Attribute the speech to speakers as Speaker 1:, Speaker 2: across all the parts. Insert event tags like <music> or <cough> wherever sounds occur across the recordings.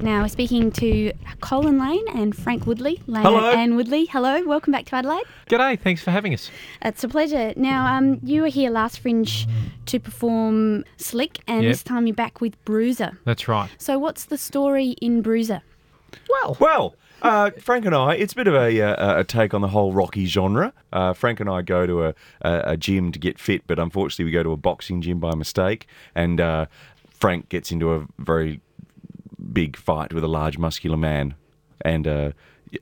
Speaker 1: Now we're speaking to Colin Lane and Frank Woodley. Lane
Speaker 2: Hello.
Speaker 1: And Woodley, hello. Welcome back to Adelaide.
Speaker 2: G'day, thanks for having us.
Speaker 1: It's a pleasure. Now, um, you were here last Fringe to perform Slick, and
Speaker 2: Yep.
Speaker 1: this time you're back with Bruiser.
Speaker 2: That's right.
Speaker 1: So, what's the story in Bruiser?
Speaker 3: Well,
Speaker 4: uh, Frank and I, it's a bit of a, uh, a take on the whole Rocky genre. Uh, Frank and I go to a, a, a gym to get fit, but unfortunately, we go to a boxing gym by mistake, and uh, Frank gets into a very big fight with a large, muscular man, and uh,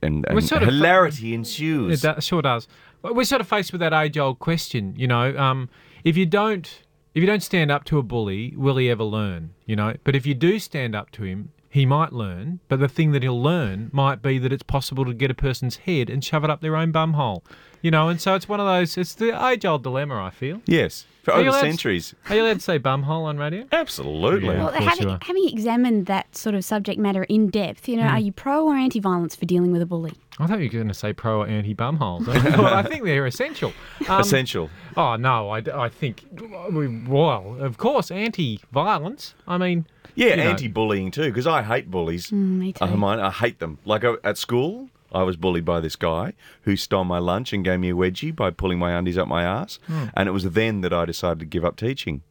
Speaker 4: and, and
Speaker 2: sort of-
Speaker 4: hilarity ensues.
Speaker 2: It do- sure does. Well, We're sort of faced with that age-old question, you know. Um, if you don't, if you don't stand up to a bully, will he ever learn? You know. But if you do stand up to him, he might learn. But the thing that he'll learn might be that it's possible to get a person's head and shove it up their own bumhole, you know. And so it's one of those. It's the age-old dilemma. I feel.
Speaker 4: yes, for
Speaker 2: Are you
Speaker 4: over
Speaker 2: allowed to-
Speaker 4: centuries.
Speaker 2: Are you allowed to say bumhole on radio?
Speaker 4: Absolutely.
Speaker 2: Yeah. Um, Of
Speaker 1: Well,
Speaker 2: course you
Speaker 1: having,
Speaker 2: are. Hmm.
Speaker 1: having examined that sort of subject matter in depth, you know, are you pro or anti violence for dealing with a bully?
Speaker 2: I thought you were going to say pro or anti-bumholes. <laughs> well, I think they're essential. Um,
Speaker 4: <laughs> Essential.
Speaker 2: Oh no, I, I think we well, of course, anti-violence. I mean,
Speaker 4: Yeah,
Speaker 2: know. Hmm.
Speaker 4: anti-bullying too, because I hate bullies.
Speaker 1: me too.
Speaker 4: I, mine, I hate them. Like I, at school, I was bullied by this guy who stole my lunch and gave me a wedgie by pulling my undies up my ass,
Speaker 2: Hmm.
Speaker 4: and it was then that I decided to give up teaching.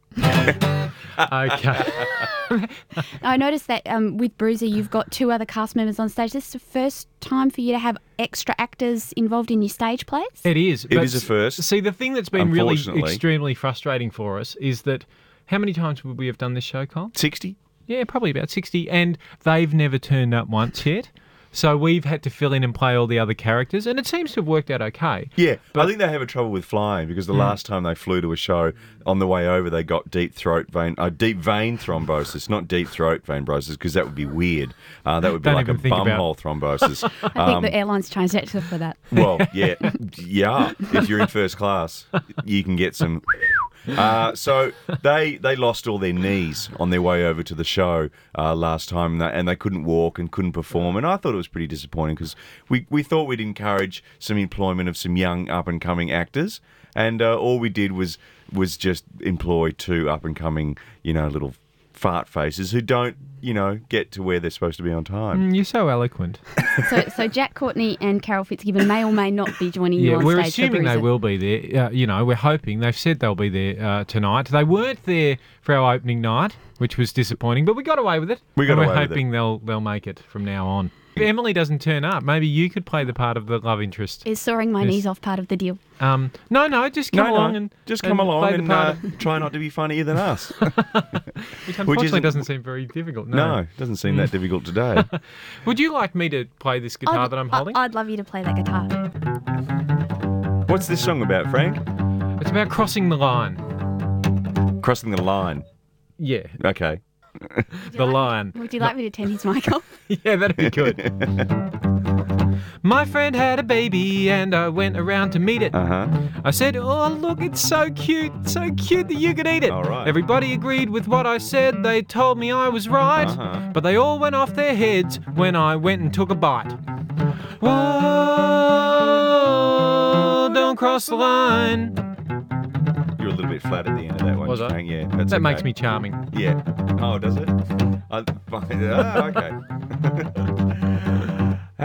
Speaker 4: <laughs>
Speaker 2: okay,
Speaker 1: I noticed that um, with Bruiser, you've got two other cast members on stage. This is the first time for you to have extra actors involved in your stage plays.
Speaker 2: it is.
Speaker 4: It
Speaker 2: but
Speaker 4: is a first,
Speaker 2: See, the thing that's been really
Speaker 4: unfortunately.
Speaker 2: extremely frustrating for us is that how many times would we have done this show, Cole?
Speaker 4: Sixty.
Speaker 2: Yeah, probably about sixty, and they've never turned up once yet. So we've had to fill in and play all the other characters, and it seems to have worked out okay.
Speaker 4: Yeah, I think they have a trouble with flying because the
Speaker 2: Hmm.
Speaker 4: last time they flew to a show, on the way over they got deep throat vein, uh, deep vein thrombosis, not deep throat vein thrombosis, because that would be weird. Uh, that would be
Speaker 2: Don't
Speaker 4: like a
Speaker 2: even think about it.
Speaker 4: bumhole
Speaker 2: <laughs>
Speaker 4: thrombosis. Uh,
Speaker 1: I think
Speaker 2: Um,
Speaker 1: the airlines changed it for that.
Speaker 4: Well, yeah, yeah. If you're in first class, you can get some. Uh, so they they lost all their knees on their way over to the show uh, last time, and they, and they couldn't walk and couldn't perform. And I thought it was pretty disappointing because we we thought we'd encourage some employment of some young up and coming actors, and uh, all we did was was just employ two up and coming, you know, little fart faces who don't, you know, get to where they're supposed to be on time.
Speaker 2: Mm, You're so eloquent.
Speaker 1: So, so Jack Courtney and Carol Fitzgibbon may or may not be joining you
Speaker 2: Yeah,
Speaker 1: on
Speaker 2: we're
Speaker 1: stage. for
Speaker 2: assuming they
Speaker 1: Bruiser.
Speaker 2: will be there. Uh, you know, we're hoping. They've said they'll be there uh, tonight. They weren't there for our opening night, which was disappointing, but we got away with it.
Speaker 4: We got
Speaker 2: and
Speaker 4: away
Speaker 2: We're
Speaker 4: with it.
Speaker 2: hoping they'll they'll make it from now on. If Emily doesn't turn up, maybe you could play the part of the love interest.
Speaker 1: Is sawing my
Speaker 2: Yes.
Speaker 1: knees off part of the deal?
Speaker 2: Um, no, no, just come along and
Speaker 4: just
Speaker 2: and
Speaker 4: come along
Speaker 2: play
Speaker 4: and
Speaker 2: the part,
Speaker 4: uh,
Speaker 2: of-
Speaker 4: try not to be funnier
Speaker 2: <laughs>
Speaker 4: than us.
Speaker 2: which unfortunately
Speaker 4: isn't-
Speaker 2: doesn't seem very difficult. No.
Speaker 4: no, it doesn't seem that difficult today.
Speaker 2: Would you like me to play this guitar
Speaker 1: I'd,
Speaker 2: that I'm
Speaker 1: I-
Speaker 2: holding?
Speaker 1: I'd love you to play that guitar.
Speaker 4: What's this song about, Frank?
Speaker 2: it's about crossing the line.
Speaker 4: Crossing the line.
Speaker 2: Yeah,
Speaker 4: Okay.
Speaker 2: the line. <laughs>
Speaker 1: Would you like me to turn his mic off?
Speaker 2: Yeah, that'd be
Speaker 4: <laughs>
Speaker 2: good. My friend had a baby and I went around to meet it.
Speaker 4: Uh huh.
Speaker 2: I said, Oh, look, it's so cute, so cute that you could eat it.
Speaker 4: All right.
Speaker 2: Everybody agreed with what I said, they told me I was right,
Speaker 4: Uh-huh.
Speaker 2: but they all went off their heads when I went and took a bite. Whoa, don't cross the line.
Speaker 4: You're a little bit flat at the end of that one.
Speaker 2: Was I?
Speaker 4: Frank. Yeah. That's
Speaker 2: that
Speaker 4: okay.
Speaker 2: makes me charming.
Speaker 4: Yeah. Oh, does it? I, ah, okay.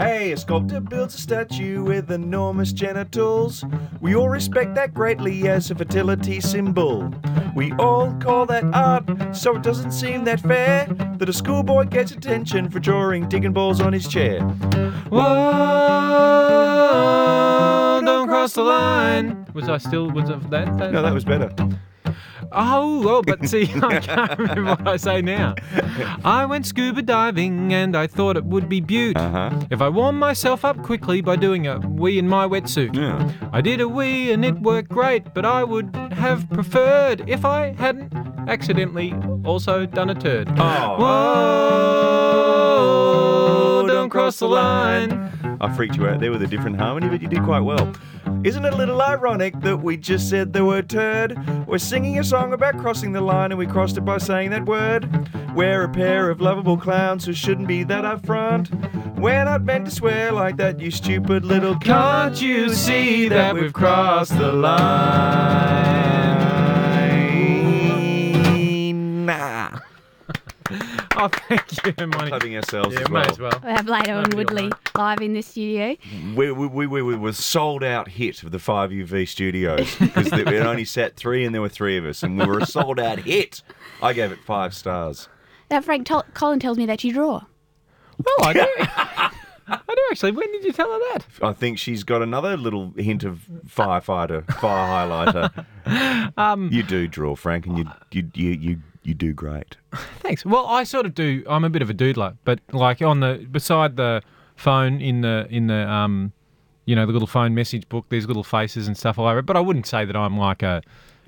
Speaker 4: <laughs> hey, a sculptor builds a statue with enormous genitals. We all respect that greatly as a fertility symbol. We all call that art, so it doesn't seem that fair that a schoolboy gets attention for drawing digging balls on his chair.
Speaker 2: Whoa, don't cross the line. Was I still, was it that? that
Speaker 4: No, that was better.
Speaker 2: Oh, well,
Speaker 4: <laughs>
Speaker 2: but see, I can't remember what I say now. I went scuba diving and I thought it would be beaut
Speaker 4: huh.
Speaker 2: if I warmed myself up quickly by doing a wee in my wetsuit.
Speaker 4: Yeah.
Speaker 2: I did a wee and it worked great, but I would have preferred if I hadn't accidentally also done a turd.
Speaker 4: Oh,
Speaker 2: Whoa, Oh, don't cross the line.
Speaker 4: I freaked you out there with a different harmony, but you did quite well. Isn't it a little ironic that we just said the word turd? We're singing a song about crossing the line and we crossed it by saying that word. We're a pair of lovable clowns who shouldn't be that upfront. We're not meant to swear like that, you stupid little cunt.
Speaker 2: Can't you see that we've crossed <laughs> the line?
Speaker 4: line? Nah.
Speaker 2: Oh, thank you, Hermione.
Speaker 4: Clapping ourselves
Speaker 2: Yeah,
Speaker 4: as
Speaker 2: may
Speaker 4: well.
Speaker 2: as well.
Speaker 1: We have Lado and
Speaker 2: Lovely
Speaker 1: Woodley
Speaker 2: one.
Speaker 1: live in the studio.
Speaker 4: We, we, we, we were sold out hit of the 5UV studios because there- it only sat three and there were three of us and we were a sold out hit. I gave it five stars.
Speaker 1: Now, Frank, tell Colin tells me that you draw.
Speaker 2: Oh, I do. <laughs> I do actually. When did you tell her that?
Speaker 4: I think she's got another little hint of firefighter, fire highlighter.
Speaker 2: Um,
Speaker 4: you do draw, Frank, and you, you, you, you, you do great.
Speaker 2: Thanks. Well, I sort of do. I'm a bit of a doodler, but like on the beside the phone in the in the um, you know, the little phone message book. There's little faces and stuff all over. it. But I wouldn't say that I'm like a,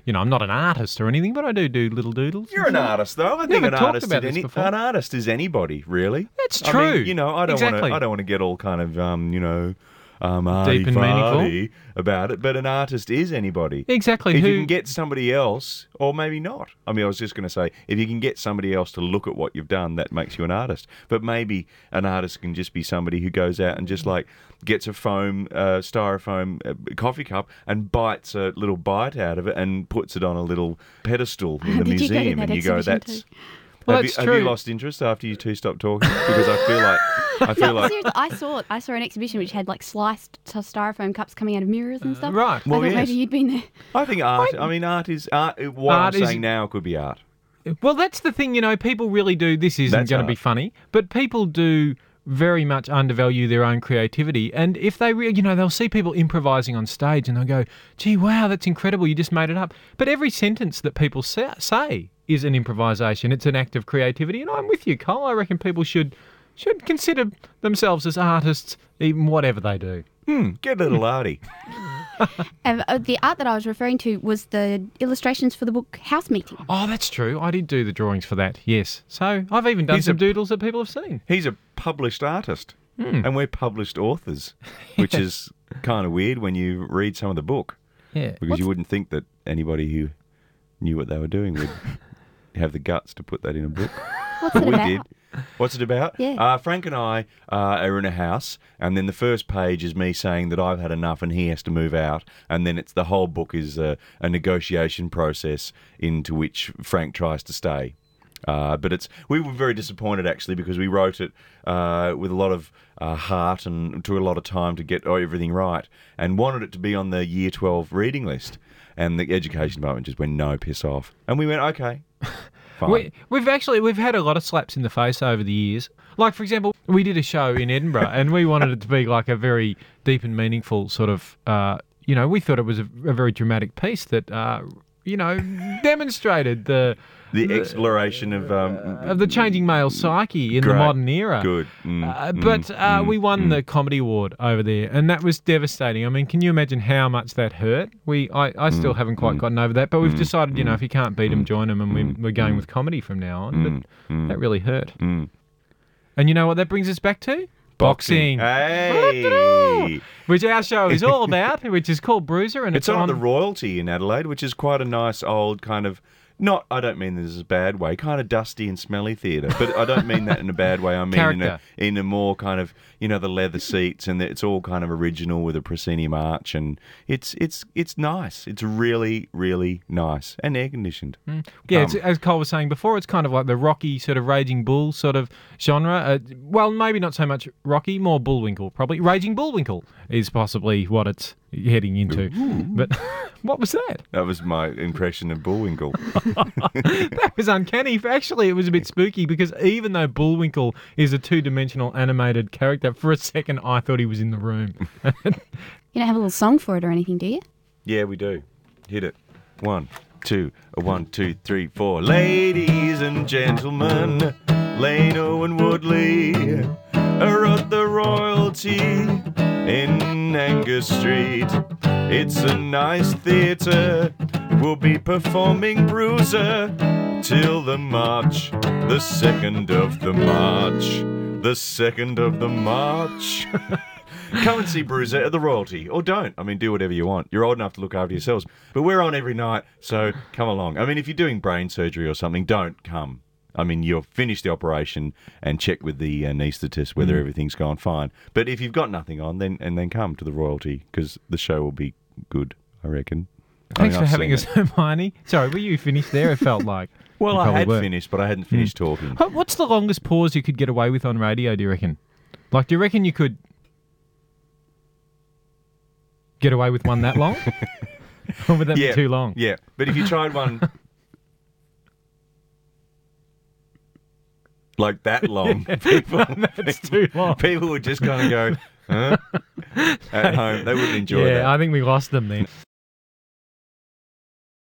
Speaker 2: you know, I'm not an artist or anything. But I do do little doodles.
Speaker 4: You're an artist, though. I think
Speaker 2: Never
Speaker 4: an
Speaker 2: talked
Speaker 4: artist, is
Speaker 2: about this
Speaker 4: any,
Speaker 2: before.
Speaker 4: an artist is anybody, really.
Speaker 2: That's
Speaker 4: I mean,
Speaker 2: true.
Speaker 4: you know, I don't want
Speaker 2: Exactly.
Speaker 4: to. I don't want to get all kind of, um, you know, um,
Speaker 2: Deep and meaningful.
Speaker 4: arty-farty about it. But an artist is anybody.
Speaker 2: Exactly.
Speaker 4: If
Speaker 2: who
Speaker 4: you can get somebody else, or maybe not. I mean, I was just going to say, if you can get somebody else to look at what you've done, that makes you an artist. But maybe an artist can just be somebody who goes out and
Speaker 1: Mm.
Speaker 4: just like gets a foam, uh, styrofoam uh, coffee cup and bites a little bite out of it and puts it on a little pedestal in the
Speaker 1: Ah, Did you go to
Speaker 4: museum.
Speaker 1: that
Speaker 4: and you go,
Speaker 1: exhibition
Speaker 4: that's.
Speaker 1: too?"
Speaker 2: Well,
Speaker 4: have,
Speaker 2: that's
Speaker 4: you, have you
Speaker 2: true.
Speaker 4: lost interest after you two stopped talking? Because I
Speaker 1: <laughs>
Speaker 4: feel like I feel like
Speaker 1: Seriously, I saw I saw an exhibition which had like sliced t- styrofoam cups coming out of mirrors and stuff.
Speaker 2: Uh, right.
Speaker 1: I
Speaker 4: Well,
Speaker 1: thought
Speaker 4: yes.
Speaker 1: maybe you'd been there.
Speaker 4: I think art. I mean, art is art. What
Speaker 2: Art
Speaker 4: I'm
Speaker 2: is-
Speaker 4: saying now could be art.
Speaker 2: Well, that's the thing, you know, people really do. This isn't
Speaker 4: That's
Speaker 2: going to
Speaker 4: art.
Speaker 2: be funny, but people do very much undervalue their own creativity. And if they, re- you know, they'll see people improvising on stage and they'll go, gee, wow, that's incredible. You just made it up. But every sentence that people sa- say is an improvisation, it's an act of creativity. And I'm with you, Cole. I reckon people should. Should consider themselves as artists, even whatever they do.
Speaker 4: Hmm, get a little arty.
Speaker 1: Um, uh, the art that I was referring to was the illustrations for the book House Meeting.
Speaker 2: Oh, that's true. I did do the drawings for that. Yes. So I've even done
Speaker 4: He's
Speaker 2: some
Speaker 4: a-
Speaker 2: doodles that people have seen.
Speaker 4: He's a published artist, and we're published authors, which is kind of weird when you read some of the book
Speaker 2: Yeah.
Speaker 4: because you wouldn't think that anybody who knew what they were doing would have the guts to put that in a book.
Speaker 2: <laughs>
Speaker 1: What's it
Speaker 4: we
Speaker 1: about?
Speaker 4: did. What's it about?
Speaker 1: Yeah.
Speaker 4: Uh, Frank and I uh, are in a house, and then the first page is me saying that I've had enough and he has to move out, and then it's the whole book is a, a negotiation process into which Frank tries to stay. Uh, but it's we were very disappointed actually because we wrote it uh, with a lot of uh, heart and took a lot of time to get everything right and wanted it to be on the year 12 reading list and the education department just went no piss off and we
Speaker 1: <laughs>
Speaker 4: went okay fine
Speaker 2: We, we've actually we've had a lot of slaps in the face over the years. Like for example, we did a show in Edinburgh, and we wanted it to be like a very deep and meaningful sort of. Uh, you know, we thought it was a, a very dramatic piece that uh, you know demonstrated the
Speaker 4: the exploration of um,
Speaker 2: of the changing male psyche in the
Speaker 4: Great.
Speaker 2: modern era.
Speaker 4: Good. Mm,
Speaker 2: Uh, but uh, we won the comedy award over there, and that was devastating. I mean, can you imagine how much that hurt? We, I, I
Speaker 4: Mm,
Speaker 2: still haven't quite gotten over that, but we've decided, you know, if you can't beat them, join them, and we, we're going with comedy from now on. But that really hurt.
Speaker 4: mm.
Speaker 2: And you know what that brings us back to? Boxing,
Speaker 4: Uh, Hey.
Speaker 2: which our show
Speaker 4: <laughs>
Speaker 2: is all about, which is called Bruiser, and
Speaker 4: It's
Speaker 2: it's,
Speaker 4: on at the Royalty in Adelaide, which is quite a nice old kind of. Not, I don't mean this is a bad way. Kind of dusty and smelly theatre, but I don't mean that in a bad way. I mean in a,
Speaker 2: Character.
Speaker 4: in a more kind of you know the leather seats and it's all kind of original with a proscenium arch and it's it's it's nice. It's really really nice and air conditioned.
Speaker 2: Yeah,
Speaker 4: Um,
Speaker 2: it's, as Cole was saying before, it's kind of like the Rocky sort of Raging Bull sort of genre. Uh, well, maybe not so much Rocky, more Bullwinkle probably. Raging Bullwinkle is possibly what it's heading into. But <laughs> what was that?
Speaker 4: That was my impression of Bullwinkle.
Speaker 2: That was uncanny. Actually, it was a bit spooky because even though Bullwinkle is a two-dimensional animated character, for a second I thought he was in the room.
Speaker 1: You don't have a little song for it or anything, do you?
Speaker 4: Yeah, we do. Hit it. One, two, a one, two, three, four. Ladies and gentlemen, Leno and Woodley are at the royalty in Angus Street. It's a nice theatre. We'll be performing Bruiser till the March, the second of the March, the second of the March. <laughs> Come and see Bruiser at the Royalty, or don't. I mean, do whatever you want. You're old enough to look after yourselves. But we're on every night, so come along. I mean, if you're doing brain surgery or something, don't come. I mean, you'll finish the operation and check with the anaesthetist
Speaker 2: Mm.
Speaker 4: whether everything's gone fine. But if you've got nothing on, then and then come to the Royalty because the show will be good, <laughs> I reckon.
Speaker 2: Thanks
Speaker 4: mean,
Speaker 2: for
Speaker 4: I've
Speaker 2: having
Speaker 4: seen
Speaker 2: us,
Speaker 4: it.
Speaker 2: <laughs> Hermione. Sorry, were you finished there? It felt like.
Speaker 4: <laughs> Well,
Speaker 2: You
Speaker 4: I
Speaker 2: probably
Speaker 4: had
Speaker 2: were. Mm.
Speaker 4: finished, but I hadn't finished talking.
Speaker 2: Ho- What's the longest pause you could get away with on radio? Do you reckon? Like, do you reckon you could get away with one that
Speaker 4: <laughs>
Speaker 2: long? or would that
Speaker 4: Yeah,
Speaker 2: be too long?
Speaker 4: Yeah, but if you tried one
Speaker 2: <laughs>
Speaker 4: like that long, people,
Speaker 2: That's
Speaker 4: <laughs>
Speaker 2: too long.
Speaker 4: people would just kind of go, huh? At home, they wouldn't enjoy
Speaker 2: yeah,
Speaker 4: that.
Speaker 2: I think we lost them then.